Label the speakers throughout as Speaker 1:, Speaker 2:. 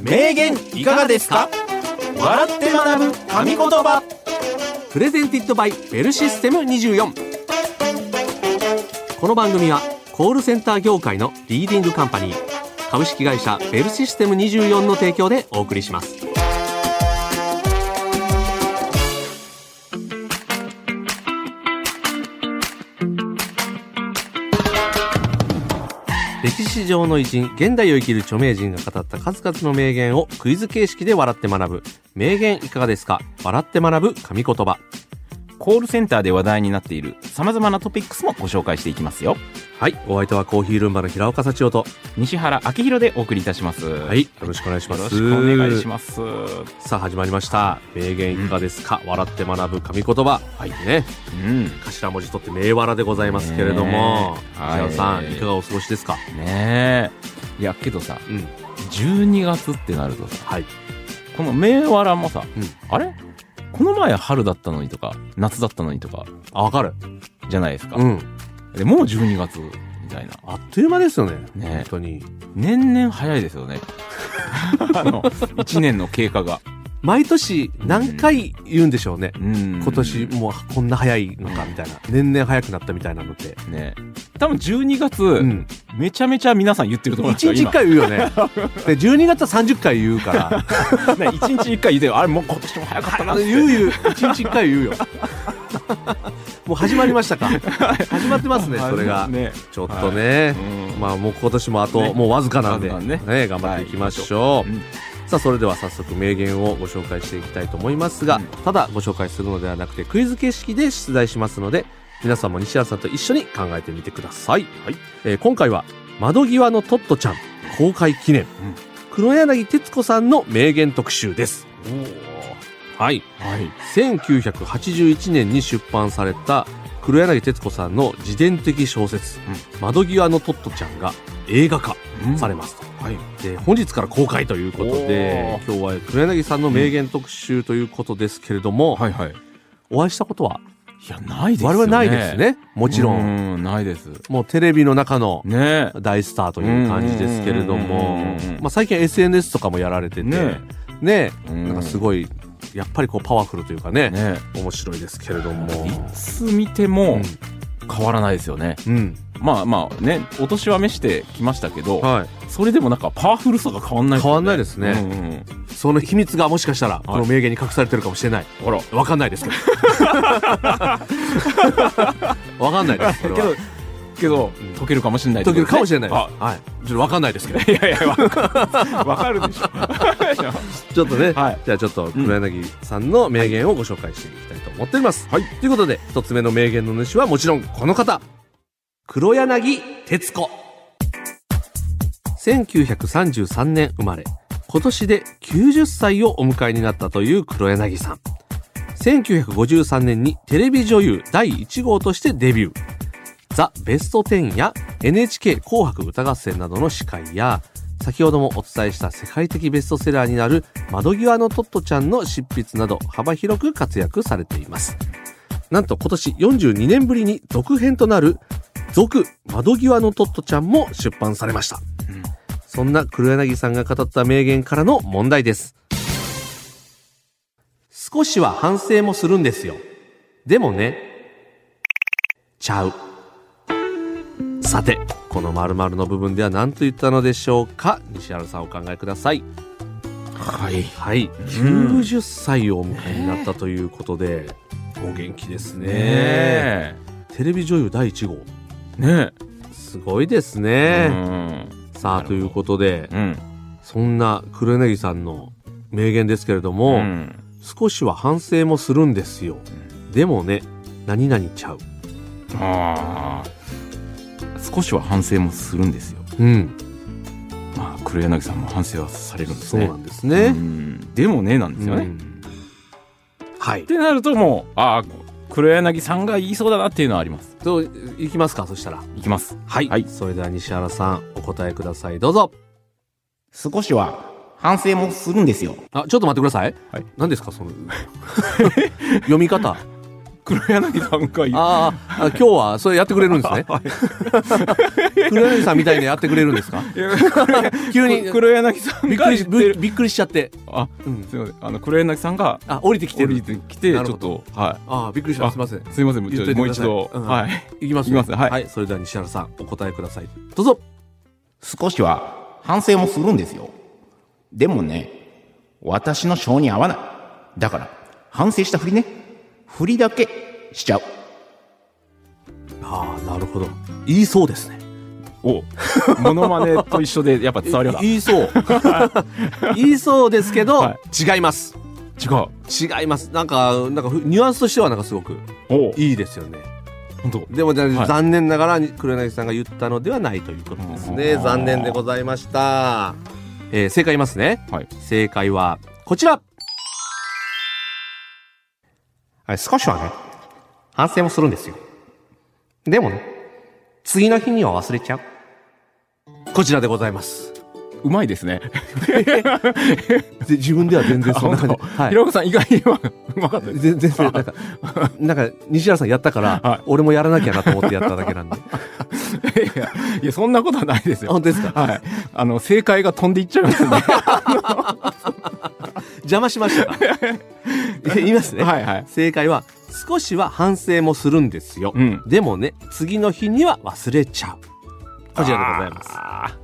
Speaker 1: 名言いかがですか笑って学ぶ神言葉
Speaker 2: プレゼンティッドバイベルシステム24この番組はコールセンター業界のリーディングカンパニー株式会社ベルシステム24の提供でお送りします歴史上の偉人現代を生きる著名人が語った数々の名言をクイズ形式で笑って学ぶ名言いかがですか笑って学ぶ神言葉
Speaker 1: コールセンターで話題になっている様々なトピックスもご紹介していきますよ
Speaker 2: はいお相手はコーヒールンバの平岡幸男と
Speaker 1: 西原明宏でお送りいたします
Speaker 2: はいよろしくお願いし
Speaker 1: よ
Speaker 2: ます
Speaker 1: ろしくお願いします
Speaker 2: さあ始まりました名言いかがですか、笑って学ぶ神言葉はいね
Speaker 1: うん
Speaker 2: 頭文字取って名笑でございますけれども
Speaker 1: ねえ
Speaker 2: 平尾さん、
Speaker 1: はい
Speaker 2: い、かがお過ごしですか
Speaker 1: ねえいやけどさ
Speaker 2: うん
Speaker 1: 12月ってなるとさ
Speaker 2: はい
Speaker 1: この銘柄もさ、
Speaker 2: うん
Speaker 1: あれこの前春だったのにとか夏だったのにとか
Speaker 2: あわかる
Speaker 1: じゃないですか、
Speaker 2: うん
Speaker 1: でもう12月みたいな
Speaker 2: あっという間ですよね
Speaker 1: ね
Speaker 2: 本当に
Speaker 1: 年々早いです よねあの1年の経過が
Speaker 2: 毎年何回言うんでしょうね、
Speaker 1: うん
Speaker 2: 今年もうこんな早いのかみたいな年々早くなったみたいなのって
Speaker 1: ね多分12月、
Speaker 2: うん
Speaker 1: めちゃめちゃ皆さん言ってると思うんですよ
Speaker 2: 1日1回言うよねで12月は30回言うから
Speaker 1: 今ね一日一回言ってるあれもう今年も早かったな
Speaker 2: あ
Speaker 1: っ
Speaker 2: の
Speaker 1: て
Speaker 2: 言う言う1日1回言うよもう始まりましたか始まってますねそれが、
Speaker 1: ね
Speaker 2: ちょっとね、
Speaker 1: うん
Speaker 2: まあもう今年もあと、
Speaker 1: ね
Speaker 2: もうわずかなんで
Speaker 1: わずか
Speaker 2: ね
Speaker 1: ね
Speaker 2: 頑張っていきましょう、
Speaker 1: はい行きま
Speaker 2: さあそれでは早速名言をご紹介していきたいと思いますが、
Speaker 1: うん
Speaker 2: ただご紹介するのではなくてクイズ形式で出題しますので皆さんも西原さんと一緒に考えてみてください、
Speaker 1: はい
Speaker 2: えー今回は窓際のトットちゃん公開記念、黒柳徹子さんの名言特集です
Speaker 1: おー
Speaker 2: はい
Speaker 1: はい
Speaker 2: 1981年に出版された黒柳徹子さんの自伝的小説「窓際のトットちゃん」が映画化されますと、
Speaker 1: はい
Speaker 2: で本日から公開ということで今日は黒柳さんの名言特集ということですけれども、
Speaker 1: はいはい
Speaker 2: お会いしたことはい
Speaker 1: やないですよ
Speaker 2: 我
Speaker 1: ね
Speaker 2: 々ないですねも
Speaker 1: も
Speaker 2: ちろん
Speaker 1: んないです
Speaker 2: もうテレビの中の
Speaker 1: ね
Speaker 2: 大スターという感じですけれど
Speaker 1: うんうん
Speaker 2: も
Speaker 1: うんうんうんうん
Speaker 2: まあ最近 SNS とかもやられてて
Speaker 1: ね
Speaker 2: ねえ
Speaker 1: うん
Speaker 2: なんかすごいやっぱりこうパワフルというかね
Speaker 1: ね
Speaker 2: 面白いですけれども。
Speaker 1: いつ見ても変わらないですよね、
Speaker 2: うん、
Speaker 1: まあまあねお年は召してきましたけど、
Speaker 2: はい、
Speaker 1: それでもなんかパワフルさが変わんない、
Speaker 2: 変わんないですね
Speaker 1: うんうん
Speaker 2: その秘密がもしかしたらこの名言に隠されてるかもしれない、
Speaker 1: あら
Speaker 2: わかんないですけ どわかんないです
Speaker 1: け
Speaker 2: けど
Speaker 1: どけど
Speaker 2: ん
Speaker 1: 解けるかもしれない
Speaker 2: 解けるかもしれないです、
Speaker 1: あ
Speaker 2: はい、ちょっとわかんないですけど
Speaker 1: いやいやわかわかるでしょ
Speaker 2: ちょっとね、
Speaker 1: はい
Speaker 2: じゃあちょっと黒柳さんの名言をご紹介していきたいと思っております、はい、ということで一つ目の名言の主はもちろんこの方黒柳徹子1933年生まれ今年で90歳をお迎えになったという黒柳さん1953年にテレビ女優第1号としてデビューザ・ベスト10や NHK 紅白歌合戦などの司会や、先ほどもお伝えした世界的ベストセラーになる窓際のトットちゃんの執筆など幅広く活躍されています。なんと今年42年ぶりに続編となる続窓際のトットちゃんも出版されました。
Speaker 1: うん
Speaker 2: そんな黒柳さんが語った名言からの問題です。少しは反省もするんですよ。でもね、ちゃう。さてこの〇〇の部分では何と言ったのでしょうか西原さんお考えください
Speaker 1: はい
Speaker 2: はい90歳をお迎えになったということで、お元気ですね
Speaker 1: ねえ
Speaker 2: テレビ女優第1号
Speaker 1: ね
Speaker 2: すごいです
Speaker 1: えう
Speaker 2: ね、
Speaker 1: ん
Speaker 2: さ
Speaker 1: な
Speaker 2: あ
Speaker 1: るほど
Speaker 2: ということで
Speaker 1: うん
Speaker 2: そんな黒柳さんの名言ですけれども、
Speaker 1: うん
Speaker 2: 少しは反省もするんですよでもね何々ちゃう
Speaker 1: あー少しは反省もするんですよ
Speaker 2: うん
Speaker 1: まあ黒柳さんも反省はされるんです
Speaker 2: そう
Speaker 1: ね
Speaker 2: なんですね、
Speaker 1: うんでもねなんですよね、
Speaker 2: う
Speaker 1: っ
Speaker 2: んはい
Speaker 1: てなるともうああ黒柳さんが言いそうだなっていうのはあります
Speaker 2: どういきますかそしたら
Speaker 1: いきます
Speaker 2: はい、
Speaker 1: はい
Speaker 2: それでは西原さんお答えくださいどうぞ
Speaker 1: 少しは反省もするんですよ
Speaker 2: あちょっと待ってください、
Speaker 1: はい、
Speaker 2: 何ですかその 読み方あ
Speaker 1: 黒柳さんが言う
Speaker 2: ああ今日はそれやってくれるんですね黒柳さんみたいなやってくれるんです か
Speaker 1: いやこれ
Speaker 2: 急に
Speaker 1: 黒柳さん
Speaker 2: びっ
Speaker 1: が
Speaker 2: くり
Speaker 1: 言っ
Speaker 2: してび
Speaker 1: る
Speaker 2: びっくりしちゃって、
Speaker 1: あ
Speaker 2: うん、
Speaker 1: すいませんあの黒柳さんが
Speaker 2: あ降りてきて
Speaker 1: 降
Speaker 2: る
Speaker 1: りてきてち
Speaker 2: なる
Speaker 1: ょ
Speaker 2: ほ
Speaker 1: っ
Speaker 2: ど
Speaker 1: とは
Speaker 2: あびっくりした
Speaker 1: あ
Speaker 2: すいません
Speaker 1: いすいません
Speaker 2: 言っ
Speaker 1: ち
Speaker 2: と
Speaker 1: ょ
Speaker 2: いて
Speaker 1: もう
Speaker 2: くだ
Speaker 1: 一
Speaker 2: さい
Speaker 1: 度
Speaker 2: うん
Speaker 1: はい
Speaker 2: いきます
Speaker 1: いきますはい
Speaker 2: それでは西原さんお答えくださいどうぞ
Speaker 3: 少しは反省もするんですよ。でもね、私の性に合わない。だから、反省したふりね。ふりだけしちゃう。
Speaker 2: ああなるほど言いそうですね
Speaker 1: おモノマネと一緒でやっぱ伝わりま
Speaker 2: 言いそう 言いそうですけど、
Speaker 1: は
Speaker 2: 違います
Speaker 1: す違う
Speaker 2: 違いますなんかなんかふニュアンスとしてはなんかすごく
Speaker 1: お
Speaker 2: いいですよね
Speaker 1: 本当
Speaker 2: でも、じゃあ
Speaker 1: はい
Speaker 2: 残念ながらに黒柳さんが言ったのではないということですね
Speaker 1: うん
Speaker 2: 残念でございました、えー正解言いますね
Speaker 1: はい
Speaker 2: 正解はこちら
Speaker 3: はい、少しはね、反省もするんですよ。でもね、次の日には忘れちゃう。
Speaker 2: こちらでございます
Speaker 1: うまいですね
Speaker 2: で自分では全然 そんな感じ
Speaker 1: あ本当平岡さん意外にはうまかったです
Speaker 2: 全然なんかなんか西原さんやったから、
Speaker 1: はい
Speaker 2: 俺もやらなきゃなと思ってやっただけなんで
Speaker 1: いやいやそんなことはないですよ
Speaker 2: 本当ですか
Speaker 1: はいあの正解が飛んでいっちゃい ますんで
Speaker 2: 邪魔しましたか 言いますね、
Speaker 1: はいはい
Speaker 2: 正解は少しは反省もするんですよ、
Speaker 1: うん
Speaker 2: でもね次の日には忘れちゃうこちらでございます
Speaker 1: あ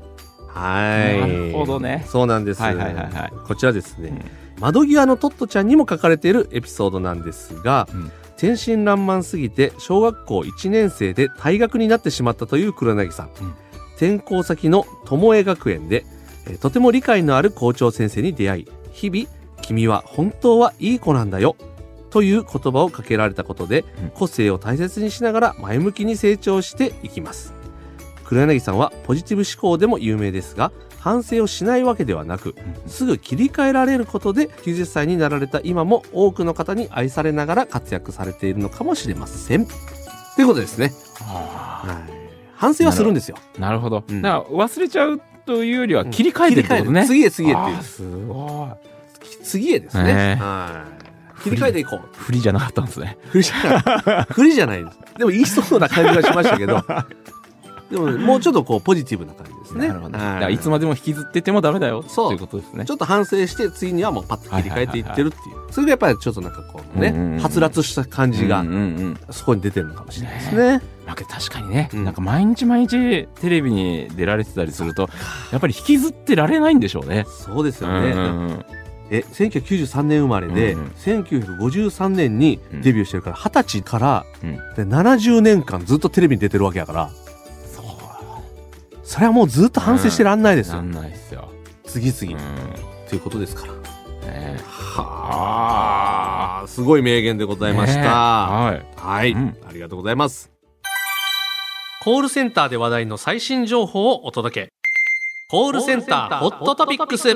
Speaker 2: はい
Speaker 1: ーなるほどね
Speaker 2: そうなんです、
Speaker 1: はいはいはいはい
Speaker 2: こちらですね、窓際のトットちゃんにも書かれているエピソードなんですが、
Speaker 1: うん
Speaker 2: 天真爛漫すぎて小学校1年生で退学になってしまったという黒柳さん、
Speaker 1: うん
Speaker 2: 転校先の友江学園でえーとても理解のある校長先生に出会い日々「君は本当はいい子なんだよ」という言葉をかけられたことで
Speaker 1: うん
Speaker 2: 個性を大切にしながら前向きに成長していきます黒柳さんはポジティブ思考でも有名ですが反省をしないわけではなくすぐ切り替えられることで90歳になられた今も多くの方に愛されながら活躍されているのかもしれません。ということですね。
Speaker 1: あ
Speaker 2: 反省はするんですよ。
Speaker 1: ーなるほど
Speaker 2: うん
Speaker 1: だから忘れちゃうというよりは切り替えてるってことね
Speaker 2: 切り替える次へ次へってい
Speaker 1: あーすごい。
Speaker 2: う。次へです
Speaker 1: ね
Speaker 2: ね。
Speaker 1: え
Speaker 2: はい切り替えていこう。
Speaker 1: 振りじゃなかったんですね。
Speaker 2: 振りじゃない。振りじゃないです。でも言いそうな感じがしましたけ ど。でも、もうちょっとこうポジティブな感じですね。
Speaker 1: だ
Speaker 2: は
Speaker 1: からいつまでも引きずっててもダメだよ。
Speaker 2: そう
Speaker 1: ということですね
Speaker 2: ち。ょっと反省して次にはもうパッと切り替えていってるっていう。それがやっぱりちょっとなんかこう
Speaker 1: うんうんう
Speaker 2: ね、
Speaker 1: ん
Speaker 2: はつらつした感じが
Speaker 1: うんうんうん。
Speaker 2: そこに出てるのかもしれないですね。
Speaker 1: まあけど確かにね、
Speaker 2: うん
Speaker 1: なんか毎日毎日テレビに出られてたりすると、やっぱり引きずってられないんでしょうね。
Speaker 2: そうです
Speaker 1: う
Speaker 2: よ
Speaker 1: んう
Speaker 2: ね。
Speaker 1: んうん。
Speaker 2: え、1993年生まれで、
Speaker 1: うんうん
Speaker 2: 1953年にデビューしてるから、20歳から、
Speaker 1: うん
Speaker 2: で70年間ずっとテレビに出てるわけやから、
Speaker 1: そう
Speaker 2: それはもうずっと反省してらんないですよ。
Speaker 1: なんないですよ。
Speaker 2: 次
Speaker 1: うん。
Speaker 2: 々、
Speaker 1: ね
Speaker 2: ということですから。
Speaker 1: え
Speaker 2: はあ、すごい名言でございました。
Speaker 1: ねえはい。
Speaker 2: はい、
Speaker 1: うん
Speaker 2: ありがとうございます。コールセンターで話題の最新情報をお届け。コールセンターホットトピックス。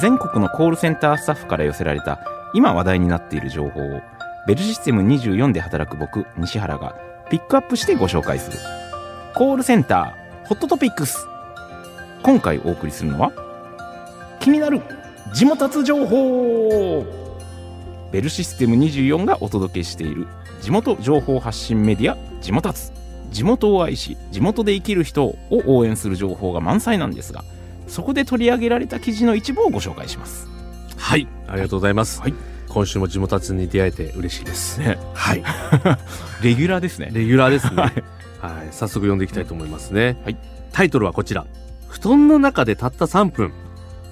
Speaker 1: 全国のコールセンタースタッフから寄せられた今話題になっている情報をベルシステム24で働く僕西原がピックアップしてご紹介するコールセンターホットトピックス今回お送りするのは気になる地元発情報ベルシステム24がお届けしている地元情報発信メディア地元つ地元を愛し地元で生きる人を応援する情報が満載なんですがそこで取り上げられた記事の一部をご紹介します。
Speaker 2: はい、ありがとうございます。
Speaker 1: はい
Speaker 2: 今週も地元たちに出会えて嬉しいです。
Speaker 1: ね、
Speaker 2: はい、
Speaker 1: レギュラーですね。
Speaker 2: レギュラーですね。はい、早速読んでいきたいと思いますね。
Speaker 1: はい
Speaker 2: タイトルはこちら。布団の中でたった3分。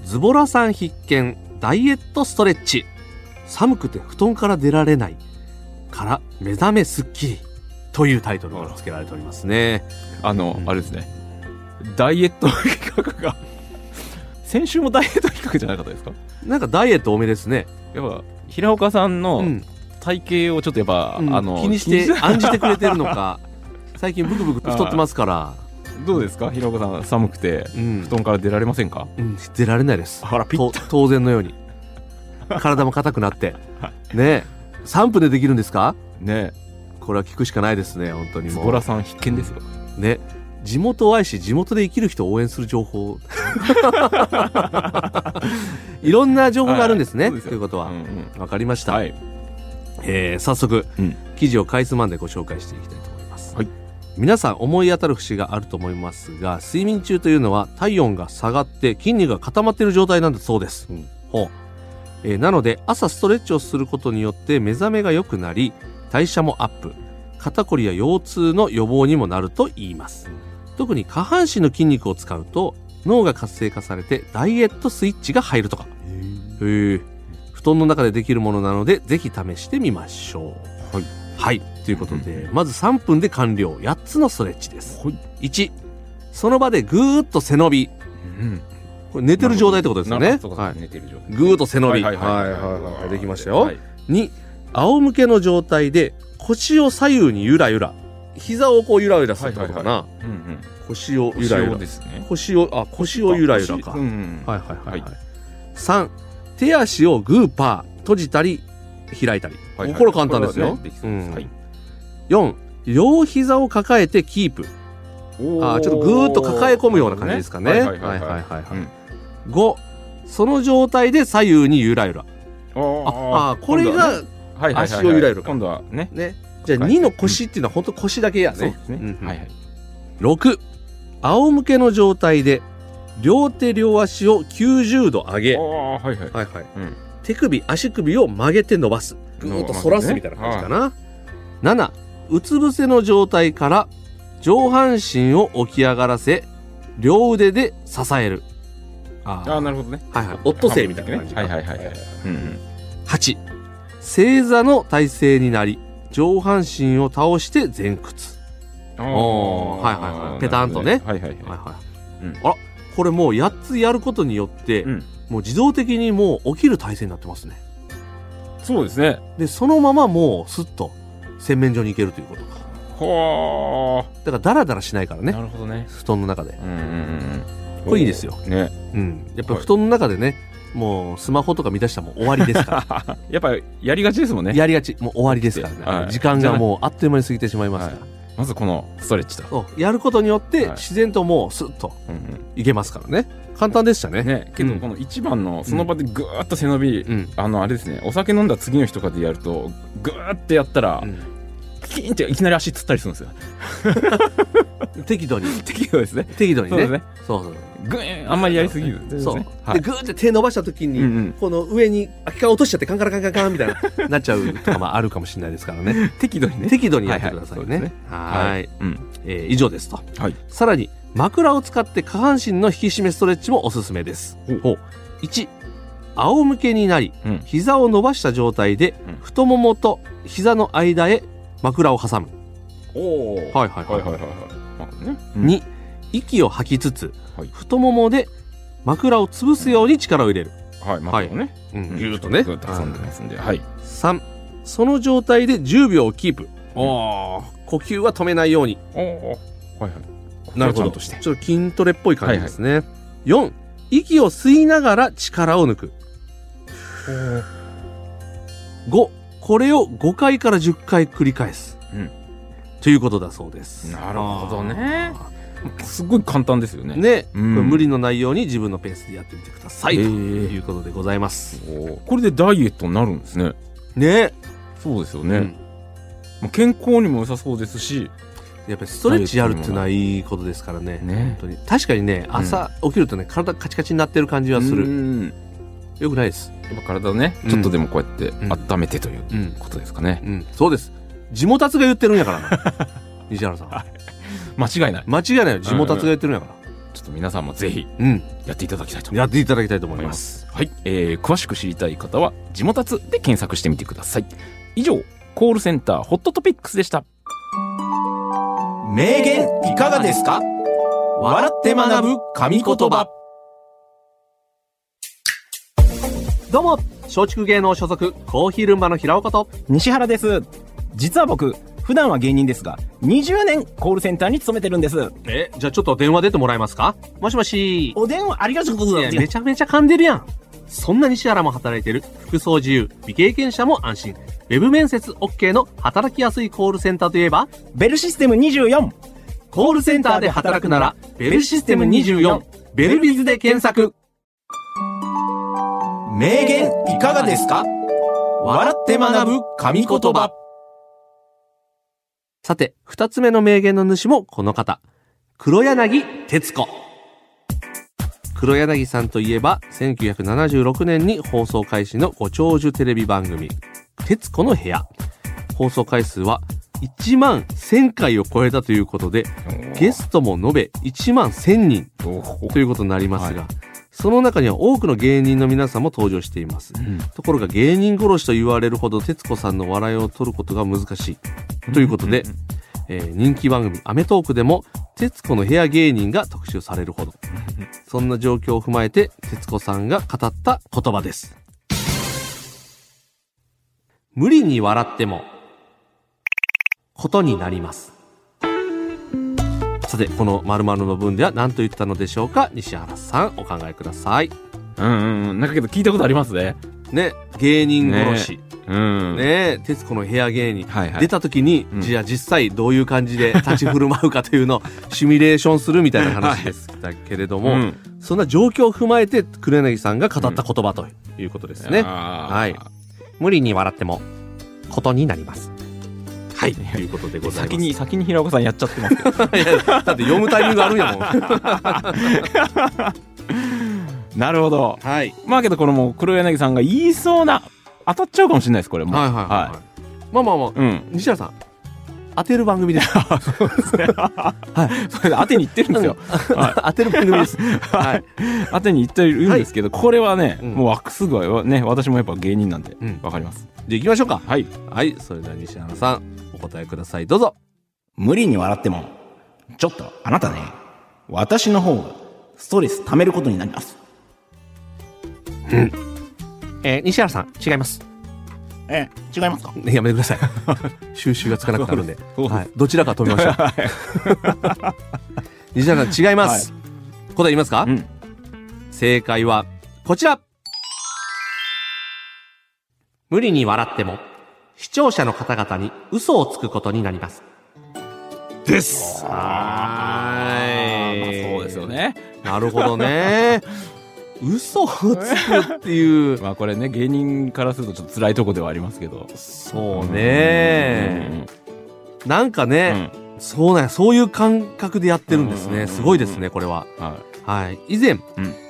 Speaker 2: ズボラさん必見。ダイエットストレッチ。寒くて布団から出られない。から目覚めすっきり。というタイトルが付けられておりますね。
Speaker 1: あの、
Speaker 2: うん
Speaker 1: あれですね。ダイエット企画が 先週もダイエット企画じゃなかったですか？
Speaker 2: なんかダイエット多めですね。
Speaker 1: やっぱ平岡さん
Speaker 2: う
Speaker 1: の
Speaker 2: ん
Speaker 1: 体型をちょっとやっぱ、
Speaker 2: うん
Speaker 1: あの
Speaker 2: 気にして案じてくれてるのか。最近ブクブク太ってますから。
Speaker 1: どうですか平岡さん寒くて
Speaker 2: うん
Speaker 1: 布団から出られませんか？
Speaker 2: うん、出られないです。
Speaker 1: あらピッ
Speaker 2: と当然のよう に。体も硬くなって。ねえ3分でできるんですか
Speaker 1: ね
Speaker 2: これは聞くしかないですね、本当に
Speaker 1: ズ
Speaker 2: もう。
Speaker 1: ボラさん必見ですよ。
Speaker 2: ね。地元を愛し、地元で生きる人を応援する情 報。いろんな情報があるんですね。
Speaker 1: そうです
Speaker 2: とい
Speaker 1: よ
Speaker 2: うことは。わ
Speaker 1: うんうん、、
Speaker 2: かりました。
Speaker 1: はい。
Speaker 2: えー早速、
Speaker 1: うん
Speaker 2: 記事をかいつまんでご紹介していきたいと思います。
Speaker 1: はい
Speaker 2: 皆さん思い当たる節があると思いますが睡眠中というのは体温が下がって筋肉が固まっている状態なんだそうです、
Speaker 1: うん
Speaker 2: ほうえーなので朝ストレッチをすることによって目覚めが良くなり代謝もアップ肩こりや腰痛の予防にもなると言います特に下半身の筋肉を使うと脳が活性化されてダイエットスイッチが入るとかへえ布団の中でできるものなのでぜひ試してみましょう
Speaker 1: はい、
Speaker 2: はい、ということでまず3分で完了8つのストレッチです
Speaker 1: はい
Speaker 2: 1その場でぐーっと背伸び
Speaker 1: うん
Speaker 2: これ寝てる状態ってことですよ
Speaker 1: な
Speaker 2: ね
Speaker 1: るほど
Speaker 2: はい
Speaker 1: 寝てる状態
Speaker 2: ぐーっと背伸び
Speaker 1: はいはいはい
Speaker 2: はいはいはいできましたよ
Speaker 1: はい
Speaker 2: 2仰向けの状態で腰を左右にゆらゆら膝をこうゆらゆらするってことかな、
Speaker 1: うんうん
Speaker 2: 腰をゆらゆら
Speaker 1: 腰をですね
Speaker 2: 腰をあ腰をゆらゆらか、
Speaker 1: 腰うん
Speaker 2: はいはいはい、は、
Speaker 1: はい
Speaker 2: 3手足をグーパー閉じたり開いたり、
Speaker 1: はいはい
Speaker 2: これ簡単ですよ、
Speaker 1: これはねできそううです
Speaker 2: ん
Speaker 1: はい
Speaker 2: 4両膝を抱えてキープあーちょっとぐーっと抱え込むような感じですかね
Speaker 1: はいはいはい
Speaker 2: は
Speaker 1: はいい
Speaker 2: はいはい
Speaker 1: うん
Speaker 2: 5その状態で左右にゆらゆらあ
Speaker 1: あ
Speaker 2: あーこれ
Speaker 1: 今度はね
Speaker 2: が
Speaker 1: はいはいはいはい
Speaker 2: 足を揺らゆるか
Speaker 1: 今度はね
Speaker 2: ねじゃあ2の腰っていうのは本当腰だけや
Speaker 1: そう
Speaker 2: ね
Speaker 1: ですね、
Speaker 2: うんうん
Speaker 1: はいはい
Speaker 2: 6仰向けの状態で両手両足を90度上げ、
Speaker 1: ああはいはい
Speaker 2: はいはい
Speaker 1: うん
Speaker 2: 手首足首を曲げて伸ばすぐーっと反らすみたいな感じかな、7うつ伏せの状態から上半身を起き上がらせ両腕で支えるあ
Speaker 1: ああなるほどね
Speaker 2: はいはいオットセイみたいな感じか
Speaker 1: はいはいはいはいうんうん
Speaker 2: 8正座の体勢になり上半身を倒して前屈、
Speaker 1: あー
Speaker 2: おーはいはいはいペタンとね
Speaker 1: なるほどはいはい
Speaker 2: はい
Speaker 1: は
Speaker 2: はい
Speaker 1: うん
Speaker 2: あらこれもう8つやることによって、
Speaker 1: い、うん、
Speaker 2: もう自動的にもう起きる体勢になってますね
Speaker 1: そうですね
Speaker 2: でそのままもうスッと洗面所に行けるということか
Speaker 1: は
Speaker 2: だからダラダラしないから
Speaker 1: あ、
Speaker 2: ね
Speaker 1: なるほどね
Speaker 2: 布団の中で
Speaker 1: うんうんうんうん
Speaker 2: これいいですよ
Speaker 1: ね
Speaker 2: うんやっぱ
Speaker 1: はい
Speaker 2: 布団の中でねもうスマホとか見出したらもう終わりですか
Speaker 1: やっぱやりがちですもん
Speaker 2: ら
Speaker 1: ね
Speaker 2: やりがちもう終わりですからね、
Speaker 1: はい
Speaker 2: 時間がもうあっという間に過ぎてしまいますから、
Speaker 1: まずこのストレッチと、
Speaker 2: そうやることによって
Speaker 1: はい
Speaker 2: 自然ともうスッと
Speaker 1: うん
Speaker 2: いけますからね簡単でした
Speaker 1: う
Speaker 2: ね
Speaker 1: ん、ねけ
Speaker 2: うん
Speaker 1: どこの一番のその場でぐーっと背伸び、
Speaker 2: うん、
Speaker 1: あのあれですねお酒飲んだ次の日とかでやるとぐーってやったら、キーンっていきなり足つったりするんですよ
Speaker 2: うん適度に
Speaker 1: 適度ですね
Speaker 2: 適度に
Speaker 1: そうで
Speaker 2: ね
Speaker 1: すね
Speaker 2: そうそう
Speaker 1: ぐーんあんまりやりすぎず
Speaker 2: そう
Speaker 1: ですねはい
Speaker 2: でグーって手伸ばした時に、
Speaker 1: うんうん
Speaker 2: この上に空き缶落としちゃってカンカラカンカンカンみたい ななっちゃうとかまああるかもしれないですからね
Speaker 1: 適度にね
Speaker 2: 適度にやってください
Speaker 1: はいはい
Speaker 2: ねはーい
Speaker 1: うん
Speaker 2: えー以上ですと
Speaker 1: はい
Speaker 2: さらに枕を使って下半身の引き締めストレッチもおすすめです
Speaker 1: ほう
Speaker 2: 1仰向けになり
Speaker 1: うん
Speaker 2: 膝を伸ばした状態で
Speaker 1: うん
Speaker 2: 太ももと膝の間へ枕を挟む
Speaker 1: おおはい
Speaker 2: はいはい
Speaker 1: はいはい
Speaker 2: は
Speaker 1: はいまあね
Speaker 2: い2息を吐きつつ
Speaker 1: はい
Speaker 2: 太ももで枕を潰すように力を入れる
Speaker 1: はいまあ
Speaker 2: はい
Speaker 1: こうね
Speaker 2: うんぎ
Speaker 1: ギ
Speaker 2: ゅ
Speaker 1: ュ
Speaker 2: ーっとね
Speaker 1: ギューと挟んでますんではい
Speaker 2: 3その状態で10秒をキープあー呼吸は止めないように
Speaker 1: おおはいはい
Speaker 2: なるほど
Speaker 1: ちゃんとして
Speaker 2: ちょっと筋トレっぽい感じですね、4息を吸いながら力を抜く5これを5回から10回繰り返す、
Speaker 1: うん
Speaker 2: ということだそうです
Speaker 1: なるほどねすごい簡単ですよね
Speaker 2: ね、
Speaker 1: うん
Speaker 2: これ無理のないように自分のペースでやってみてください、
Speaker 1: へ
Speaker 2: と
Speaker 1: ー
Speaker 2: いうことでございます
Speaker 1: おーこれでダイエットになるんですね
Speaker 2: ね
Speaker 1: そうですよ
Speaker 2: う
Speaker 1: ね、
Speaker 2: ん
Speaker 1: まあ健康にも良さそうですし
Speaker 2: やっぱりストレッチやるっていうのはいいことですからね
Speaker 1: ね
Speaker 2: 本当に確かにね朝起きるとね体カチカチになってる感じはする、
Speaker 1: うん
Speaker 2: よくないです
Speaker 1: やっぱ体をね
Speaker 2: うん
Speaker 1: ちょっとでもこうやって
Speaker 2: ん
Speaker 1: 温めてという
Speaker 2: うん、
Speaker 1: ことですかね、
Speaker 2: うん、そうです地元達が言ってるんやからな 西原さん
Speaker 1: 間違いない
Speaker 2: 間違いないよ地元達が言ってるんやから
Speaker 1: ちょっと皆さんもぜひ
Speaker 2: うん
Speaker 1: やっていただきたいと
Speaker 2: やっていただきたいと思
Speaker 1: 思
Speaker 2: い
Speaker 1: い
Speaker 2: ま
Speaker 1: ますす。はい、えー詳しく知りたい方は、地元つで検索してみてください。以上、コールセンターホットトピックスでした。
Speaker 3: 名言いかがですか笑って学ぶ神言葉
Speaker 2: どうも松竹芸能所属コーヒールンバの平岡と
Speaker 1: 西原です。実は僕、普段は芸人ですが、20年コールセンターに勤めてるんです。
Speaker 2: えじゃあちょっと電話出てもらえますかもしもし
Speaker 1: お電話ありがとうご
Speaker 2: いやめちゃめちゃ噛んでるやんそんな西原も働いてる服装自由未経験者も安心ウェブ面接 OK の働きやすいコールセンターといえば
Speaker 1: ベルシステム24。
Speaker 2: コールセンターで働くならベルシステム24ベルビズで検索
Speaker 3: 名言いかがですか笑って学ぶ神言葉
Speaker 2: さて、二つ目の名言の主もこの方。黒柳徹子。黒柳さんといえば、1976年に放送開始のご長寿テレビ番組、徹子の部屋。放送回数は1万1000回を超えたということで、ゲストも延べ1万1000人
Speaker 1: おー
Speaker 2: ということになりますが、
Speaker 1: は
Speaker 2: その中には多くの芸人の皆さんも登場しています。
Speaker 1: うん
Speaker 2: ところが芸人殺しと言われるほど徹子さんの笑いを取ることが難しい。ということで、えー人気番組アメトークでも徹子の部屋芸人が特集されるほど。そんな状況を踏まえて徹子さんが語った言葉です。無理に笑っても、ことになります。さて、この〇〇の文では何と言ったのでしょうか西原さん、お考えください。
Speaker 1: うんうんうんなんかけど聞いたことありますね
Speaker 2: ね、芸人殺し。
Speaker 1: うん
Speaker 2: ね徹子の部屋芸人。
Speaker 1: はいはい
Speaker 2: 出た時に、
Speaker 1: うん
Speaker 2: じゃあ実際どういう感じで 立ち振る舞うかというのをシミュレーションするみたいな話ですだけれども、
Speaker 1: うん
Speaker 2: そんな状況を踏まえて黒柳さんが語った言葉ということですね。は。
Speaker 1: はい
Speaker 2: 無理に笑っても、ことになります。はい。ということでございます。
Speaker 1: 先に先に平岡さんやっちゃってますけど
Speaker 2: いやだって読むタイミングあるん やもん。
Speaker 1: なるほど
Speaker 2: はい。
Speaker 1: まあけどこれもう黒柳さんが言いそうな当たっちゃうかもしれないですこれも
Speaker 2: はいはいはいはい。まあまあまあ、
Speaker 1: うん
Speaker 2: 西原さん、当てる番組です。
Speaker 1: それで当てにいってるんですよ
Speaker 2: 当てる番組です。はい。
Speaker 1: 当てにいってるんですけどこれはね
Speaker 2: うん
Speaker 1: もうすごいね私もやっぱ芸人なんで
Speaker 2: うん
Speaker 1: わかります
Speaker 2: じゃあ行きましょうか。
Speaker 1: はい
Speaker 2: はい。それでは西原さん、お答えください。どうぞ。
Speaker 3: 無理に笑っても、ちょっとあなたね、私の方がストレス溜めることになります。
Speaker 2: え西原さん、違います。
Speaker 3: え、違いますか
Speaker 2: やめてください。 収集がつかなくな るんで。
Speaker 1: そうです
Speaker 2: はい。どちらか止めましょう。 西原さん、違います。答え言いますか、
Speaker 1: うん
Speaker 2: 正解は、こちら無理に笑っても、視聴者の方々に嘘をつくことになります。
Speaker 1: です
Speaker 2: は
Speaker 1: まあ
Speaker 2: い。
Speaker 1: そうですよ。ね
Speaker 2: なるほど ね。嘘をつくっていう。
Speaker 1: まあこれね芸人からするとちょっと辛いとこではありますけど
Speaker 2: そう
Speaker 1: うんうん
Speaker 2: ね。なんか
Speaker 1: う
Speaker 2: ね、
Speaker 1: ん
Speaker 2: そうなんやそういう感覚でやってるんです
Speaker 1: うんうんうんう
Speaker 2: ね。
Speaker 1: ん
Speaker 2: すごいですね、これは。
Speaker 1: は
Speaker 2: はい。以前、
Speaker 1: ん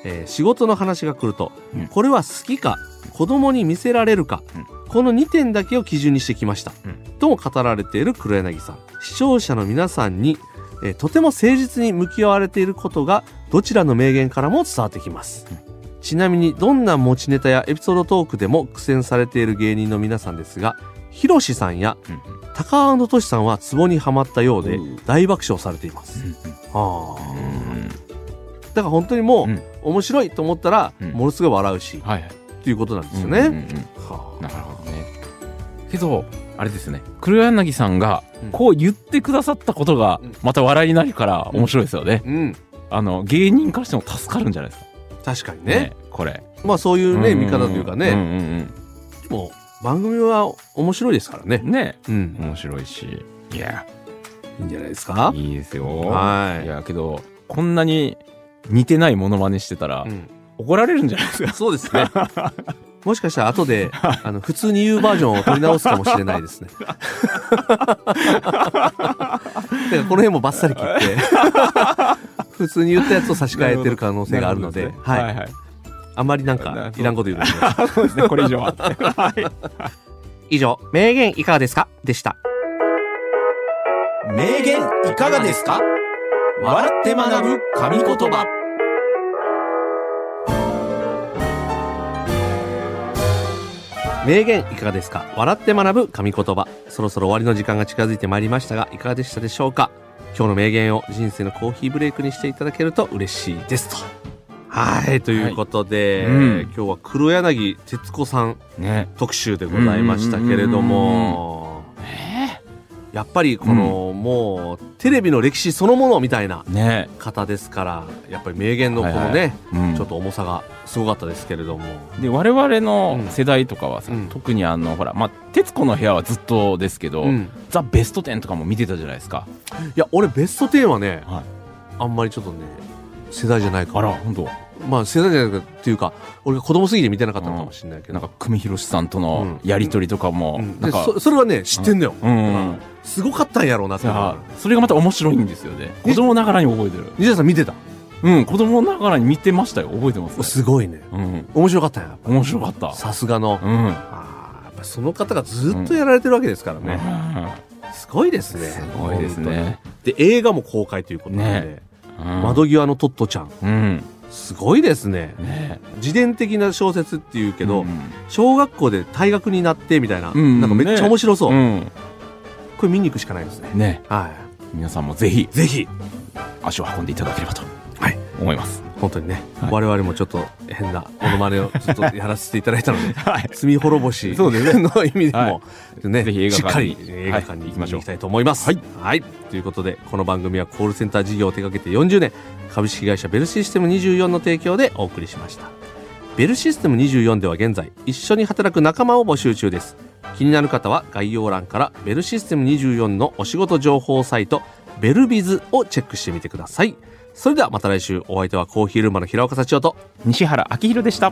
Speaker 2: えー仕事の話が来ると、
Speaker 1: うん
Speaker 2: これは好きか、子供に見せられるか、
Speaker 1: うん
Speaker 2: この2点だけを基準にしてきました。
Speaker 1: うん
Speaker 2: とも語られている黒柳さん。視聴者の皆さんに、えーとても誠実に向き合われていることが、どちらの名言からも伝わってきます。ちなみに、どんな持ちネタやエピソードトークでも苦戦されている芸人の皆さんですが、ひろしさんや
Speaker 1: いうん
Speaker 2: 高尾のとしさんはツボにはまったようで
Speaker 1: うん
Speaker 2: 大爆笑されています。ああ
Speaker 1: うん
Speaker 2: だから本当にもう、
Speaker 1: うん
Speaker 2: 面白いと思ったら、
Speaker 1: うん
Speaker 2: ものすごい笑うし、
Speaker 1: はいはい
Speaker 2: っていうことなんですよ
Speaker 1: うんうん
Speaker 2: ね。
Speaker 1: うん
Speaker 2: は
Speaker 1: なるほどね。けど、あれですね、黒柳さんが
Speaker 2: うん
Speaker 1: こう言ってくださったことが
Speaker 2: うん、
Speaker 1: また笑いになるから面白いですよね。
Speaker 2: あうん、
Speaker 1: あの、芸人からしても助かるんじゃないですか。
Speaker 2: 確かにね
Speaker 1: ね、これ。
Speaker 2: まあそういうね、見方というか
Speaker 1: うん
Speaker 2: ね、でも番組は面白いですから
Speaker 1: うん
Speaker 2: ね
Speaker 1: う。ん。ね、
Speaker 2: うん、
Speaker 1: 面白いし。いや、
Speaker 2: いいんじゃないですか。
Speaker 1: いいですよ。
Speaker 2: はい
Speaker 1: や、けど、こんなに似てないモノマネしてたら、
Speaker 2: うん
Speaker 1: 怒られるんじゃないですか。
Speaker 2: そうです ね。もしかしたら後で、あの、普通に言うバージョンを取り直すかもしれない ですね。だからこの辺もバッサリ切 って、普通に言ったやつを差し替えてる可能性があるので、
Speaker 1: はい、
Speaker 2: はい。
Speaker 1: はい。
Speaker 2: あまりなん
Speaker 1: な
Speaker 2: か
Speaker 1: るほ、ど
Speaker 2: いらんこと言うので。
Speaker 1: そうですね、これ以 上は。はい
Speaker 2: 以上、名言いかがですかでした。
Speaker 3: 名言いかがですか笑って学ぶ神言葉。
Speaker 2: 名言いかがですか笑って学ぶ神言葉。そろそろ終わりの時間が近づいてまいりましたが、いかがでしたでしょうか今日の名言を人生のコーヒーブレイクにしていただけると嬉しいですと。はい、ということで、
Speaker 1: はいうん
Speaker 2: 今日は黒柳徹子さん
Speaker 1: ね。
Speaker 2: 特集でございましたけれども、やっぱりこの、もうテレビの歴史そのものみたいな
Speaker 1: ね。
Speaker 2: 方ですから、やっぱり名言のこのね、
Speaker 1: はいはいうん
Speaker 2: ちょっと重さがすごかったですけれども。
Speaker 1: で我々の世代とかはさ、
Speaker 2: うん
Speaker 1: 特にあのほらまあ『徹子の部屋』はずっとですけど「
Speaker 2: うん
Speaker 1: ザ・ベスト10」とかも見てたじゃないですか
Speaker 2: いや俺ベスト10はね、
Speaker 1: はい
Speaker 2: あんまりちょっとね世代じゃないか
Speaker 1: あら
Speaker 2: ら
Speaker 1: 本当
Speaker 2: まあ世代じゃないかっていうか俺が子供すぎて見てなかったのかもしれないけど、
Speaker 1: なんか久米宏さんとのやり取りとかも、
Speaker 2: うん
Speaker 1: なん
Speaker 2: で
Speaker 1: か、
Speaker 2: そそれはね知ってんだよ、
Speaker 1: うんうん
Speaker 2: すごかったんやろうなって
Speaker 1: い
Speaker 2: 思う
Speaker 1: やそれがまた面白いんですよね子供ながらに覚えてる
Speaker 2: 西田さん見てた
Speaker 1: うん子供ながらに見てましたよ覚えてます、ね、
Speaker 2: すごいね
Speaker 1: うん
Speaker 2: 面白かったんややっぱ
Speaker 1: 面白かった
Speaker 2: さすがの、
Speaker 1: うん、
Speaker 2: あーやっぱその方がずっとやられてるわけですからね、すごいですね。す
Speaker 1: すごいです。ね
Speaker 2: で、映画も公開ということなんで、
Speaker 1: ねうん
Speaker 2: 窓際のトットちゃん、
Speaker 1: うん
Speaker 2: すごいですね。
Speaker 1: ね
Speaker 2: 自伝的な小説っていうけど、
Speaker 1: うん
Speaker 2: 小学校で退学になってみたいな、
Speaker 1: うん
Speaker 2: なんかめっちゃ面白そう、
Speaker 1: うん
Speaker 2: これ見に行くしかないですね。
Speaker 1: ね
Speaker 2: は
Speaker 1: 皆さんもぜひ
Speaker 2: い。ぜひ、
Speaker 1: 足を運んでいただければと
Speaker 2: はい
Speaker 1: 思います
Speaker 2: 本当にね、
Speaker 1: はい
Speaker 2: 我々もちょっと変なモノマネをちょっとやらせていただいたので、
Speaker 1: はい
Speaker 2: 罪滅ぼし
Speaker 1: そうですね
Speaker 2: の意味でも、
Speaker 1: は
Speaker 2: ね、
Speaker 1: ぜひ映画館に
Speaker 2: しっかり映画館
Speaker 1: はい
Speaker 2: に
Speaker 1: 行
Speaker 2: 行
Speaker 1: き
Speaker 2: き
Speaker 1: ましょう
Speaker 2: 行きたいと思います。はい、ということでこの番組はコールセンター事業を手掛けて40年株式会社ベルシステム24の提供でお送りしました。ベルシステム24では現在一緒に働く仲間を募集中です。気になる方は概要欄からベルシステム24のお仕事情報サイトベルビズをチェックしてみてください。それではまた来週お相手はコーヒールーマの平岡幸男と
Speaker 1: 西原明宏でした